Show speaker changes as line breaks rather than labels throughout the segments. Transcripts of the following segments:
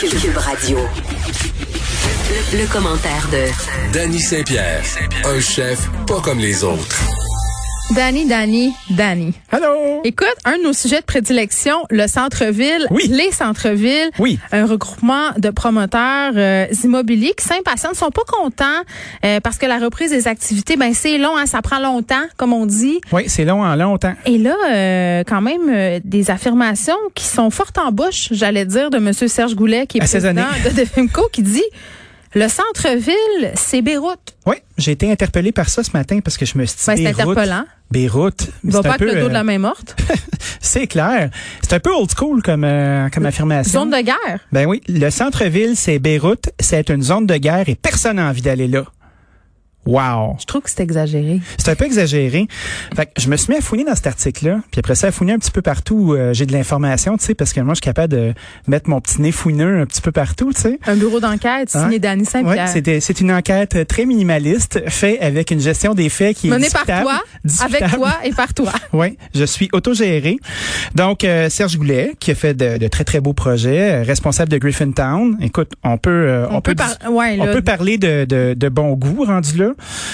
Cube Cube Radio. Le, le commentaire de
Danny Saint-Pierre, un chef pas comme les autres.
Danny, Danny, Danny.
Hello!
Écoute, un de nos sujets de prédilection, le centre-ville,
Oui.
les centres-villes,
Oui.
un regroupement de promoteurs euh, immobiliers qui s'impatientent, sont pas contents euh, parce que la reprise des activités, ben c'est long, hein, ça prend longtemps, comme on dit.
Oui, c'est long en longtemps.
Et là, euh, quand même, euh, des affirmations qui sont fortes en bouche, j'allais dire, de M. Serge Goulet, qui est
À ses
président
années.
de Defimco, qui dit « Le centre-ville, c'est Beyrouth.
Oui, j'ai été interpellé par ça ce matin parce que je me suis dit.
Ben, c'est
Beyrouth,
interpellant.
Beyrouth,
Va
c'est
pas
un
avec
peu.
le dos de
euh,
la main morte.
c'est clair. C'est un peu old school comme, euh, comme affirmation.
Zone de guerre.
Ben oui, le centre-ville, c'est Beyrouth, c'est une zone de guerre et personne n'a envie d'aller là. Wow!
Je trouve que c'est exagéré.
C'est un peu exagéré. Fait que je me suis mis à fouiner dans cet article-là, puis après ça, à fouiner un petit peu partout où euh, j'ai de l'information, tu sais, parce que moi, je suis capable de mettre mon petit nez fouineux un petit peu partout, tu sais.
Un bureau d'enquête
Hein?
signé Danny
Oui,
Saint-Pierre.
c'était- c'est une enquête euh, très minimaliste, faite avec une gestion des faits qui est
Mené par
discutable,
toi,
discutable.
avec toi et par toi.
Oui, je suis autogéré. Donc, euh, Serge Goulet, qui a fait de, de très, très beaux projets, euh, responsable de Griffintown. Écoute, on peut... euh,
On, peut,
dis-
par- ouais,
on
là,
peut parler de, de, de bon goût rendu là,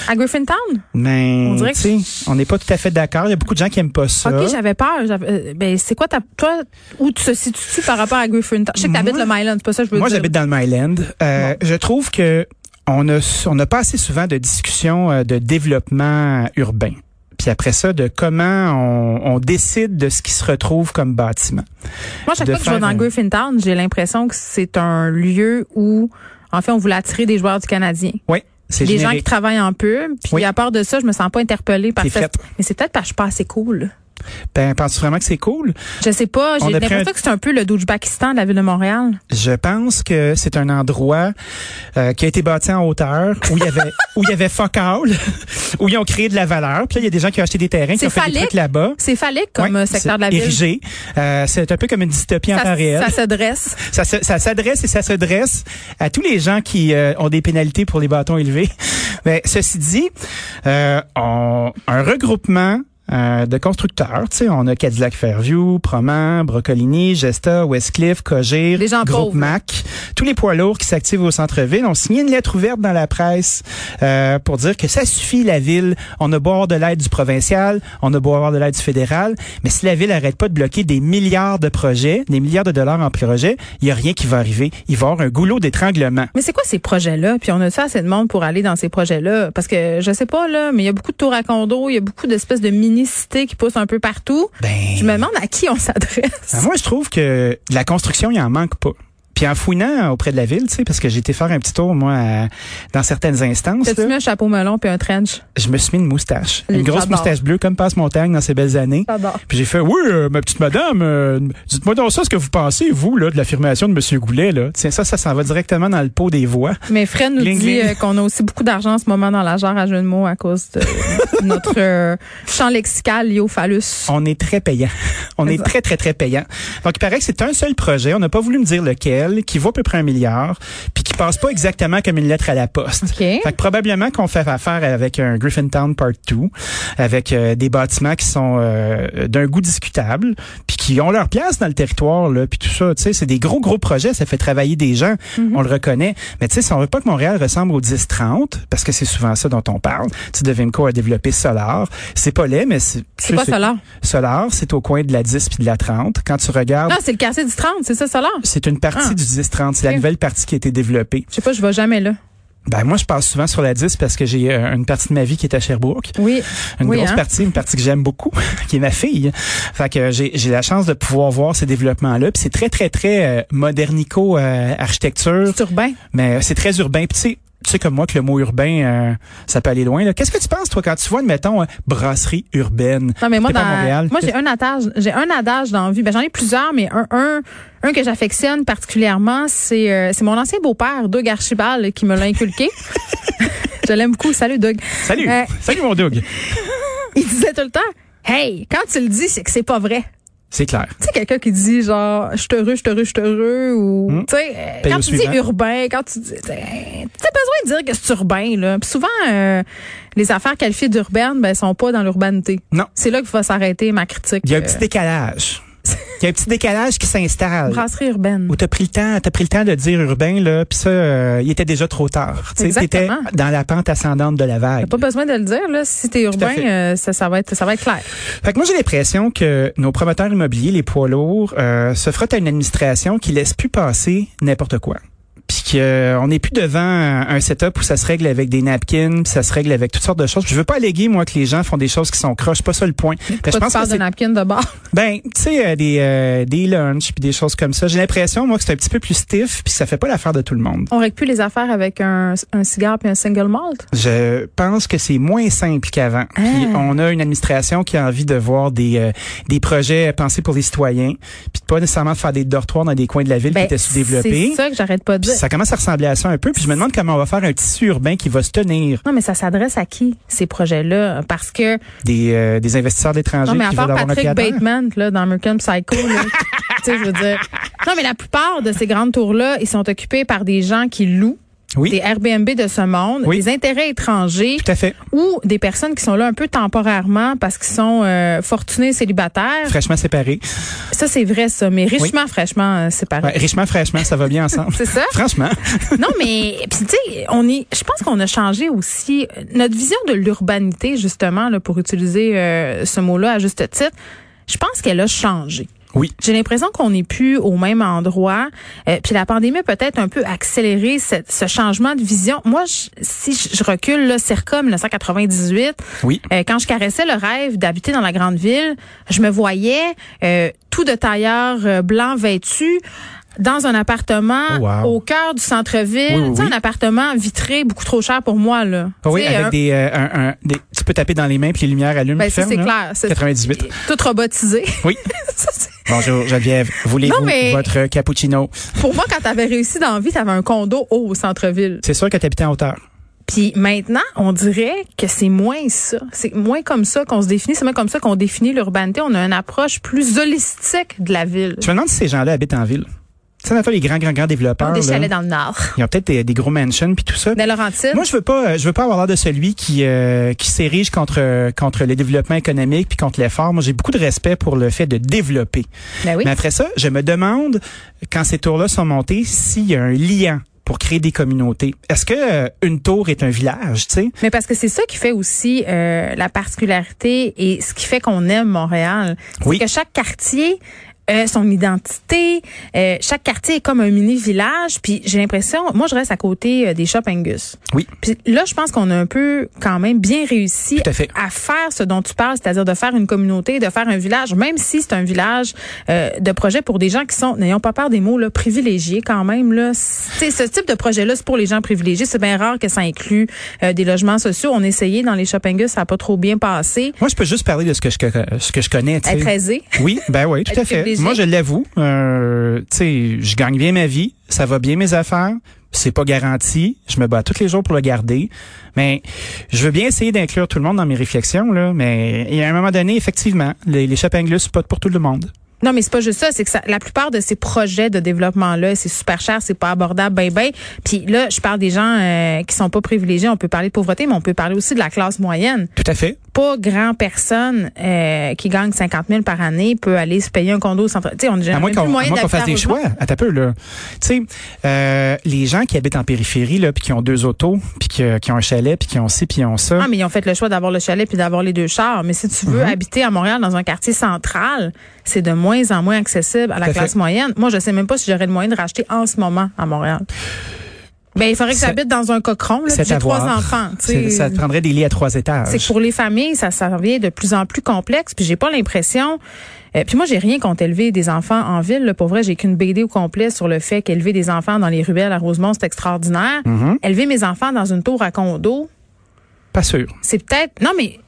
à Griffintown.
mais
On dirait que-
tu sais, on n'est pas tout à fait d'accord. Il y a beaucoup de gens qui aiment pas ça.
Ok, j'avais peur. j'avais- euh, ben, c'est quoi ta, toi, où tu te situes par rapport à Griffintown? Je sais que t'habites le Myland, c'est pas ça que je veux
Moi,
dire.
j'habite dans le Myland. Euh, Je trouve que on a on a pas assez souvent de discussions euh, de développement euh, urbain. Puis après ça, de comment on, on décide de ce qui se retrouve comme bâtiment.
Moi, chaque
de
fois que je vais
faire
dans
un-
Griffintown, j'ai l'impression que c'est un lieu où, en fait, on voulait attirer des joueurs du Canadien.
Oui, c'est
Des gens qui
générique.
travaillent en pub. Puis
Oui.
à part de ça, je me sens pas interpellée par
T'es
ça.
frette.
Mais c'est peut-être parce que je suis pas assez cool.
Ben, penses-tu vraiment que c'est cool?
Je sais pas.
On
J'ai
a pris
l'impression
un-
que c'est un peu le Pakistan de la ville de Montréal.
Je pense que c'est un endroit euh, qui a été bâti en hauteur, où il y avait où il y avait fuck all, où ils ont créé de la valeur. Puis là, il y a des gens qui ont acheté des terrains, qui
C'est
ont fait des
phallique.
trucs là-bas.
C'est phallique comme
Ouais,
euh, secteur
c'est
de la ville.
érigé. Euh, c'est un peu comme une dystopie en temps réel.
ça, ça se dresse.
Ça, se- ça s'adresse et ça se dresse à tous les gens qui euh, ont des pénalités pour les bâtons élevés. Mais ceci dit, euh, on- un regroupement euh, de constructeurs, tu sais, on a Cadillac Fairview, Proman, Brocolini, Gesta, Westcliff, Cogir,
Les gens
Groupe
pauvres. hein.
Mac, tous les poids lourds qui s'activent au centre-ville ont signé une lettre ouverte dans la presse euh, pour dire que ça suffit la ville. On a beau avoir de l'aide du provincial, on a beau avoir de l'aide du fédéral, mais si la ville arrête pas de bloquer des milliards de projets, des milliards de dollars en projets, il y a rien qui va arriver. Il va y avoir un goulot d'étranglement.
Mais c'est quoi ces projets-là? Puis on a ça assez de monde pour aller dans ces projets-là? Parce que je sais pas, là, mais il y a beaucoup de tours à condos, il y a beaucoup d'espèces de mini-cités qui poussent un peu partout.
Ben,
Je me demande à qui on s'adresse.
Ben, moi, je trouve que de la construction, il en manque pas. Puis en fouinant auprès de la ville, tu sais, parce que j'ai été faire un petit tour, moi, à- dans certaines instances,
T'as-tu
là,
mis un chapeau melon puis un trench?
je me suis mis une moustache.
Les
Une grosse
j'adore.
moustache bleue, comme Passe-Montagne dans ses belles années.
J'adore.
Puis j'ai fait, oui, euh, ma petite madame, euh, dites-moi donc ça, ce que vous pensez, vous, là, de l'affirmation de Monsieur Goulet, là. Tiens, ça, ça s'en va directement dans le pot des voix.
Mais Fred nous
Gling,
dit
gling.
euh, qu'on a aussi beaucoup d'argent en ce moment dans la jarre à jeu de mots à cause de notre euh, champ lexical lié au phallus.
On est très payant. On est
Exact.
très, très, très payant. Donc, il paraît que c'est un seul projet. On n'a pas voulu me dire lequel, qui vaut à peu près un milliard, puis qui passe pas exactement comme une lettre à la poste.
OK.
Fait que probablement qu'on fait affaire avec un Griffintown Part 2, avec euh, des bâtiments qui sont euh, d'un goût discutable, puis qui ont leur place dans le territoire, là, puis tout ça. Tu sais, c'est des gros, gros projets, ça fait travailler des gens,
Mm-hmm.
on le reconnaît. Mais tu sais, si on veut pas que Montréal ressemble au 10-30, parce que c'est souvent ça dont on parle, tu sais, Devimco a développé Solar. C'est pas laid, mais c'est...
C'est quoi Solar?
Solar, c'est au coin de la 10 puis de la 30. Quand tu regardes...
Non, Ah, c'est le quartier du 30, c'est ça, Solar?
C'est une partie
Ah.
du 10-30, c'est la
Ok.
nouvelle partie qui a été développée.
Je sais pas, je vais jamais là.
Ben moi, je passe souvent sur la 10 parce que j'ai euh, une partie de ma vie qui est à Sherbrooke.
Oui.
Une
Oui,
grosse
hein?
partie, une partie que j'aime beaucoup, qui est ma fille. Fait que euh, j'ai j'ai la chance de pouvoir voir ces développements-là. Puis c'est très, très, très euh, modernico euh, architecture,
C'est urbain.
mais euh, c'est très urbain. Puis tu sais, tu sais comme moi que le mot urbain, euh, ça peut aller loin. là. Qu'est-ce que tu penses, toi, quand tu vois, mettons, brasserie urbaine?
Non, mais moi,
T'es pas à
dans-
Montréal.
moi j'ai un adage, j'ai un adage dans la vie. Ben, j'en ai plusieurs, mais un, un, un que j'affectionne particulièrement, c'est, euh, c'est mon ancien beau-père, Doug Archibald, qui me l'a inculqué. Je l'aime beaucoup. Salut, Doug.
Salut!
Euh,
Salut, mon Doug!
il disait tout le temps, hey, quand tu le dis, c'est que c'est pas vrai.
C'est clair.
Tu sais, quelqu'un qui dit genre, je suis heureux, je suis heureux, je suis heureux, ou,
Hmm.
tu sais, euh,
Paye
quand
au
tu dis
suivant.
urbain, quand tu dis, tu besoin de dire que c'est urbain, là. Puis souvent, euh, les affaires qualifiées d'urbaines, ben, sont pas dans l'urbanité.
Non.
C'est là qu'il va s'arrêter ma critique.
Il y a un
euh,
petit décalage. Il y a un petit décalage qui s'installe.
brasserie urbaine.
Où t'as pris le temps, t'as pris le temps de dire urbain là, puis ça, euh, il était déjà trop tard. Tu sais, t'étais
Exactement.
dans la pente ascendante de la vague.
T'as pas besoin de le dire, là. Si t'es
à
urbain,
fait.
euh, ça, ça va être, ça va être clair.
Fait que moi, j'ai l'impression que nos promoteurs immobiliers, les poids lourds, euh, se frottent à une administration qui laisse plus passer n'importe quoi. Puis que, euh, on n'est plus devant un un setup où ça se règle avec des napkins, puis ça se règle avec toutes sortes de choses. Je veux pas alléguer, moi, que les gens font des choses qui sont croches, pas ça le point. Mais Ben,
Pas
je
de
pense que
part de
c'est
napkin de bord.
ben, tu sais, euh, des, euh, des lunchs puis des choses comme ça. J'ai l'impression, moi, que c'est un petit peu plus stiff puis ça fait pas l'affaire de tout le monde.
On règle plus les affaires avec un, un cigare puis un single malt.
Je pense que c'est moins simple qu'avant. Puis
Ah.
on a une administration qui a envie de voir des, euh, des projets pensés pour les citoyens puis de pas nécessairement faire des dortoirs dans des coins de la ville
Ben,
qui étaient sous-développés.
C'est ça que j'arrête pas de
Puis
dire.
ça commence à ressembler à ça un peu. Puis je me demande comment on va faire un tissu urbain qui va se tenir
Non, mais ça s'adresse à qui, ces projets-là? Parce que,
des, euh, des investisseurs d'étrangers
non, mais à
qui veulent
part
avoir un pied
Patrick
à terre.
Bateman, là, dans American Psycho, là, tu sais, je veux dire. Non, mais la plupart de ces grandes tours-là, ils sont occupés par des gens qui louent des
Oui,
Airbnb de ce monde,
Oui.
des intérêts étrangers
tout à fait.
ou des personnes qui sont là un peu temporairement parce qu'ils sont euh, fortunés célibataires.
Fraîchement séparés.
Ça, c'est vrai, ça, mais richement, fraîchement, euh, c'est pareil.
Ouais, richement, fraîchement, ça va bien ensemble.
C'est ça?
Franchement.
Non, mais puis tu sais, on est. Je pense qu'on a changé aussi euh, notre vision de l'urbanité justement là, pour utiliser euh, ce mot-là à juste titre. Je pense qu'elle a changé.
Oui.
J'ai l'impression qu'on n'est plus au même endroit. Euh, puis la pandémie a peut-être un peu accéléré cette- ce changement de vision. Moi, je- si je, je recule, là, circa 1998,
Oui.
euh, quand je caressais le rêve d'habiter dans la grande ville, je me voyais euh, tout de tailleur euh, blanc vêtu dans un appartement
Oh, wow.
au cœur du centre-ville.
Oui, oui,
Tu sais,
oui.
un appartement vitré beaucoup trop cher pour moi. Là.
Oui,
Tu sais,
avec
un-
des, euh, un- un- des- tu peux taper dans les mains puis les lumières allument.
ben,
puis
ça, c'est
ferment, là.
clair. C'est-
98.
Tout robotisé.
Oui.
Ça, c'est-
Bonjour Geneviève,
Non,
voulez-vous
mais-
votre cappuccino?
Pour moi, quand t'avais réussi dans la vie, t'avais un condo haut au centre-ville.
C'est sûr que t'habitais en hauteur.
Puis maintenant, on dirait que c'est moins ça. C'est moins comme ça qu'on se définit. C'est moins comme ça qu'on définit l'urbanité. On a une approche plus holistique de la ville.
Je me demande si ces gens-là habitent en ville. Tu sais, dans le fond, les grands, grands, grands développeurs,
Des
là,
chalets Ben, dans le nord.
ils ont peut-être des, des gros mansions puis tout ça.
Dans Laurentides.
Moi, je veux pas, euh, je veux pas avoir l'air de celui qui euh, qui s'érige contre euh, contre le développement économique puis contre l'effort. Moi, j'ai beaucoup de respect pour le fait de développer.
ben oui.
Mais après ça, je me demande, quand ces tours-là sont montées, s'il y a un lien pour créer des communautés. Est-ce que euh, une tour est un village, tu sais?
Mais parce que c'est ça qui fait aussi euh, la particularité et ce qui fait qu'on aime Montréal.
Oui.
C'est que chaque quartier a son identité. euh, chaque quartier est comme un mini-village. Puis j'ai l'impression, moi, je reste à côté euh, des Shop Angus.
Oui.
Puis là, je pense qu'on a un peu quand même bien réussi
Tout à fait.
faire ce dont tu parles, c'est-à-dire de faire une communauté, de faire un village, même si c'est un village euh, de projet pour des gens qui sont, n'ayons pas peur des mots, là, privilégiés quand même. Là. C'est- Ce type de projet-là, c'est pour les gens privilégiés. C'est bien rare que ça inclue euh, des logements sociaux. On essayait dans les Shoppingus, ça n'a pas trop bien passé.
Moi, je peux juste parler de ce que je, ce que je connais. tu sais.
Être aisé.
Oui, ben oui, tout
Être
à fait.
privilégié.
Moi, je l'avoue. Euh, tu sais, je gagne bien ma vie, ça va bien mes affaires. C'est pas garanti. Je me bats tous les jours pour le garder. Mais je veux bien essayer d'inclure tout le monde dans mes réflexions, là. Mais il y a un moment donné, effectivement, les, les Chopin Glus, c'est pas pour tout le monde.
Non, mais c'est pas juste ça. C'est que ça- la plupart de ces projets de développement-là, c'est super cher, c'est pas abordable, ben, ben. Puis là, je parle des gens euh, qui sont pas privilégiés. On peut parler de pauvreté, mais on peut parler aussi de la classe moyenne.
Tout à fait.
pas grand personne euh, qui gagne 50 000 par année peut aller se payer un condo au centre. Tu sais, on n'a
À moins
jamais
qu'on
plus moyen
à moins qu'on
d'habiter
fasse
en
des
logement.
choix. À peu, là. Tu sais, euh, les gens qui habitent en périphérie, là, puis qui ont deux autos, puis que- qui ont un chalet, puis qui ont ci, puis qui ont ça.
Ah, mais ils ont fait le choix d'avoir le chalet puis d'avoir les deux chars. Mais si tu veux
Mhm.
habiter à Montréal dans un quartier central, c'est de moins en moins accessible à la
Tout à
classe
fait.
moyenne. Moi, je sais même pas si j'aurais le moyen de racheter en ce moment à Montréal. Ben, il faudrait que
Ça-
j'habite dans un cochon, là, puis
C'est
j'ai
à
trois
voir.
enfants. tu
C'est-
sais.
Ça te prendrait des lits à trois étages.
C'est que pour les familles, ça, ça devient de plus en plus complexe. Puis j'ai pas l'impression. euh, puis moi, j'ai rien contre élever des enfants en ville. là. Pour vrai, j'ai qu'une BD au complet sur le fait qu'élever des enfants dans les ruelles à Rosemont, c'est extraordinaire.
Mhm.
Élever mes enfants dans une tour à condo,
Pas sûr.
c'est peut-être. Non, mais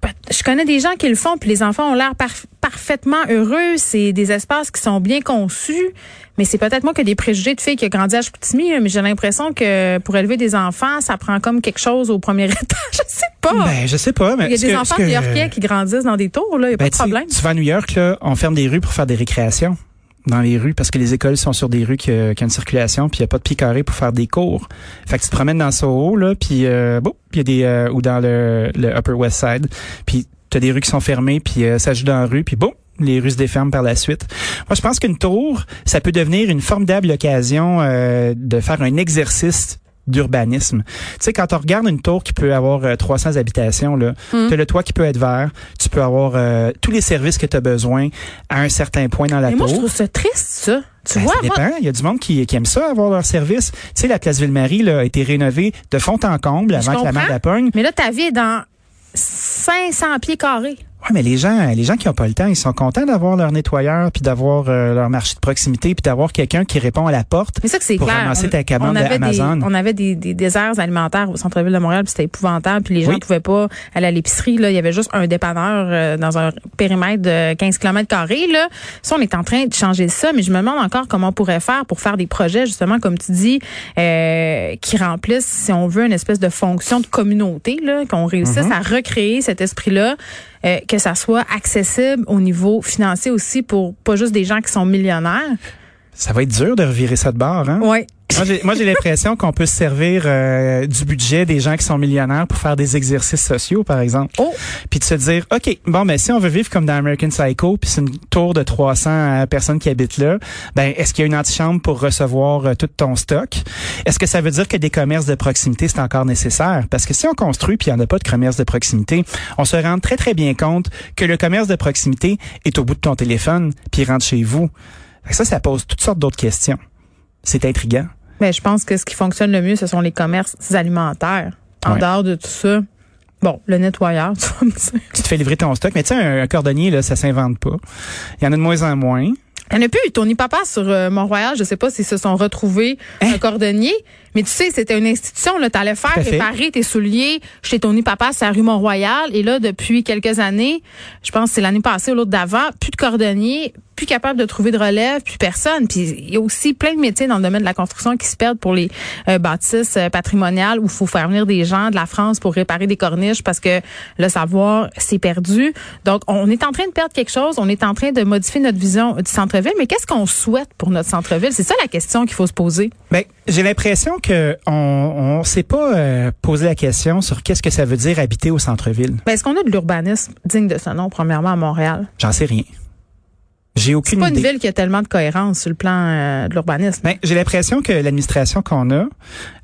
peut- je connais des gens qui le font, puis les enfants ont l'air parf- parfaitement heureux. C'est des espaces qui sont bien conçus. Mais c'est peut-être moi qui ai des préjugés de filles qui a grandi à Chicoutimi, hein, mais j'ai l'impression que pour élever des enfants, ça prend comme quelque chose au premier étage. Je sais pas.
Ben, je sais pas, mais.
Ah! Il y a
ce
des
que-
enfants
ce que-
new-yorkais qui grandissent dans des tours, là. Il n'y a pas
Ben,
de
tu sais,
problème.
Tu vas à New York, là, on ferme des rues pour faire des récréations dans les rues parce que les écoles sont sur des rues qui, euh, qui ont une circulation puis il n'y a pas de pied carré pour faire des cours. Fait que tu te promènes dans Soho là puis euh, bon, il y a des euh, ou dans le, le Upper West Side puis tu as des rues qui sont fermées puis euh, ça joue dans la rue puis bon les rues se déferment par la suite. Moi, Ah, je pense qu'une tour, ça peut devenir une formidable occasion euh, de faire un exercice d'urbanisme. Tu sais, quand on regarde une tour qui peut avoir euh, 300 habitations, là,
Hmm.
t'as le toit qui peut être vert, tu peux avoir euh, tous les services que tu as besoin à un certain point dans la
Mais
tour.
moi, je trouve ça triste, ça. Tu
Ben,
vois,
ça
moi-
dépend. Il y a du monde qui, qui aime ça, avoir leur service. Tu sais, la place Ville-Marie là, a été rénovée de fond en comble
Je
avant que la mer
comprends.
la pogne.
mais là, ta vie est dans 500 pieds carrés.
Ouais, mais les gens, les gens qui n'ont pas le temps, ils sont contents d'avoir leur nettoyeur, puis d'avoir euh, leur marché de proximité, puis d'avoir quelqu'un qui répond à la porte.
Mais ça, que c'est
Pour
clair.
ramasser ta commande
avait des,
d'Amazon.
on avait des, des déserts alimentaires au centre-ville de Montréal, puis c'était épouvantable, puis les gens
Oui.
pouvaient pas aller à l'épicerie. Là, il y avait juste un dépanneur euh, dans un périmètre de 15 km carrés. Là, ça, on est en train de changer ça, mais je me demande encore comment on pourrait faire pour faire des projets, justement, comme tu dis, euh, qui remplissent, si on veut, une espèce de fonction de communauté, là, qu'on réussisse
Mm-hmm.
à recréer cet esprit-là. euh, que ça soit accessible au niveau financier aussi pour pas juste des gens qui sont millionnaires.
Ça va être dur de revirer ça de bord, hein?
Ouais.
Moi, j'ai- Moi, j'ai l'impression qu'on peut se servir euh, du budget des gens qui sont millionnaires pour faire des exercices sociaux, par exemple.
Oh.
Puis de se dire, OK, bon, mais si on veut vivre comme dans American Psycho, puis c'est une tour de 300 personnes qui habitent là, ben est-ce qu'il y a une antichambre pour recevoir euh, tout ton stock? Est-ce que ça veut dire que des commerces de proximité, c'est encore nécessaire? Parce que si on construit, puis il n'y en a pas de commerce de proximité, on se rend très, très bien compte que le commerce de proximité est au bout de ton téléphone, puis il rentre chez vous. Fait que Ça, ça pose toutes sortes d'autres questions. C'est intriguant.
Ben, je pense que ce qui fonctionne le mieux, ce sont les commerces alimentaires. En
Ouais.
dehors de tout ça, bon, le nettoyeur, tu vas me dire.
tu te fais livrer ton stock. Mais tu sais, un, un cordonnier, là, ça s'invente pas. Il y en a de moins en moins.
Il n'y en a plus. Tony Papa sur euh, Mont-Royal, je sais pas s'ils se sont retrouvés un cordonnier, mais tu sais, c'était une institution. Tu allais faire
Hein? Tout à fait.
réparer tes souliers chez Tony Papa sur la rue Mont-Royal. Et là, depuis quelques années, je pense que c'est l'année passée ou l'autre d'avant, plus de cordonniers, plus capable de trouver de relève, plus personne. Puis il y a aussi plein de métiers dans le domaine de la construction qui se perdent pour les euh, bâtisses euh, patrimoniales où il faut faire venir des gens de la France pour réparer des corniches parce que le savoir s'est perdu. Donc on est en train de perdre quelque chose, on est en train de modifier notre vision du centre-ville, mais qu'est-ce qu'on souhaite pour notre centre-ville C'est ça la question qu'il faut se poser.
Ben, j'ai l'impression que on, on s'est pas euh, posé la question sur qu'est-ce que ça veut dire habiter au centre-ville.
Ben, est-ce qu'on a de l'urbanisme digne de ce nom premièrement à Montréal
J'en sais rien. J'ai
C'est
aucune
pas une
idée.
ville qui a tellement de cohérence sur le plan euh, de l'urbanisme.
Ben, j'ai l'impression que l'administration qu'on a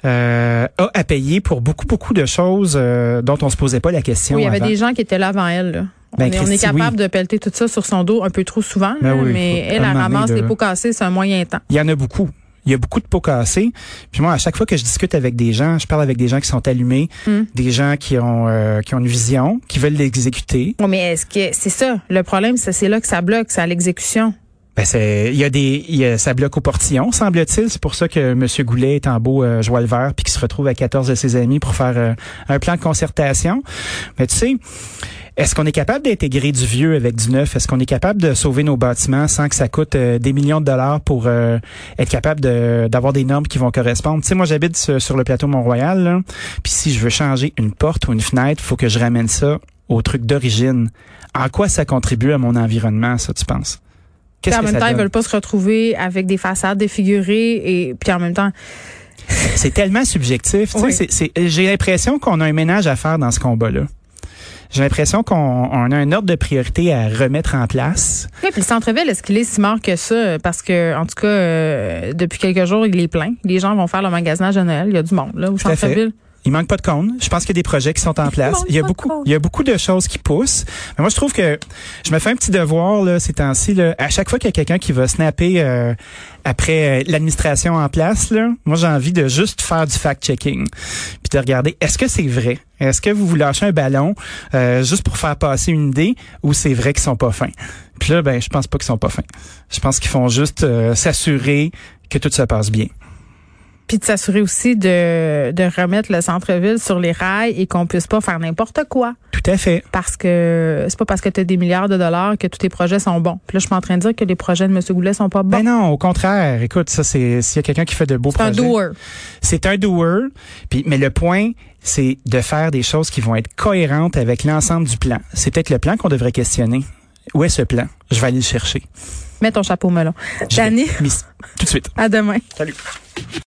euh, a à payer pour beaucoup beaucoup de choses euh, dont on se posait pas la question
Oui, il y avait
avant.
des gens qui étaient là avant elle. là. On,
Ben,
est, on est
Christy,
capable de pelleter tout ça sur son dos un peu trop souvent,
Ben
là,
oui,
mais
faut- à
elle, elle
un moment donné,
ramasse
là.
les pots cassés sur un moyen temps.
Il y en a beaucoup. Il y a beaucoup de pots cassés. Puis moi, à chaque fois que je discute avec des gens, je parle avec des gens qui sont allumés, des gens qui ont euh, qui ont une vision, qui veulent l'exécuter.
Oui, mais est-ce que c'est ça le problème c'est- C'est là que ça bloque, c'est à l'exécution.
Ben c'est, il y a des, il y a- ça bloque au portillon, semble-t-il. C'est pour ça que M. Goulet est en beau euh, joie le vert, puis qu'il se retrouve à 14 de ses amis pour faire euh, un plan de concertation. Mais tu sais, est-ce qu'on est capable d'intégrer du vieux avec du neuf? Est-ce qu'on est capable de sauver nos bâtiments sans que ça coûte euh, des millions de dollars pour euh, être capable de- d'avoir des normes qui vont correspondre? Tu sais, moi, j'habite sur, sur le plateau Mont-Royal, là, puis si je veux changer une porte ou une fenêtre, faut que je ramène ça au truc d'origine. En quoi ça contribue à mon environnement, ça, tu penses?
Puis
Qu'est-ce
en
que
même
ça
temps, ils
donne?
veulent pas se retrouver avec des façades défigurées et puis en même temps,
C'est tellement subjectif. Tu sais,
Oui.
c'est- c'est- J'ai l'impression qu'on a un ménage à faire dans ce combat-là. J'ai l'impression qu'on on a un ordre de priorité à remettre en place.
Oui, puis le centre-ville, est-ce qu'il est si mort que ça? Parce que, en tout cas, euh, depuis quelques jours, il est plein. Les gens vont faire le magasinage de Noël. Il y a du monde, là, au
à fait.
centre-ville.
Il manque pas de cônes. Je pense qu'il y a des projets qui sont en place. Il, y a beaucoup, il y a beaucoup de choses qui poussent. Mais moi, je trouve que je me fais un petit devoir là, ces temps-ci. là. À chaque fois qu'il y a quelqu'un qui va snapper euh, après euh, l'administration en place, là, moi, j'ai envie de juste faire du fact-checking. Puis de regarder, est-ce que c'est vrai? Est-ce que vous vous lâchez un ballon euh, juste pour faire passer une idée ou c'est vrai qu'ils sont pas fins? Puis là, ben, je pense pas qu'ils sont pas fins. Je pense qu'ils font juste euh, s'assurer que tout se passe bien.
Puis de s'assurer aussi de, de remettre le centre-ville sur les rails et qu'on puisse pas faire n'importe quoi.
Tout à fait.
Parce que c'est pas parce que tu as des milliards de dollars que tous tes projets sont bons. Puis là, je suis pas en train de dire que les projets de M. Goulet sont pas bons.
Ben non, au contraire. Écoute, ça, c'est s'il y a quelqu'un qui fait de beaux
c'est un
projets.
doer.
C'est un doer. Puis, mais le point, c'est de faire des choses qui vont être cohérentes avec l'ensemble du plan. C'est peut-être le plan qu'on devrait questionner. Où est ce plan? Je vais aller le chercher.
Mets ton chapeau melon.
Je vais-
Dani,
Mais- Tout de suite.
à demain.
Salut.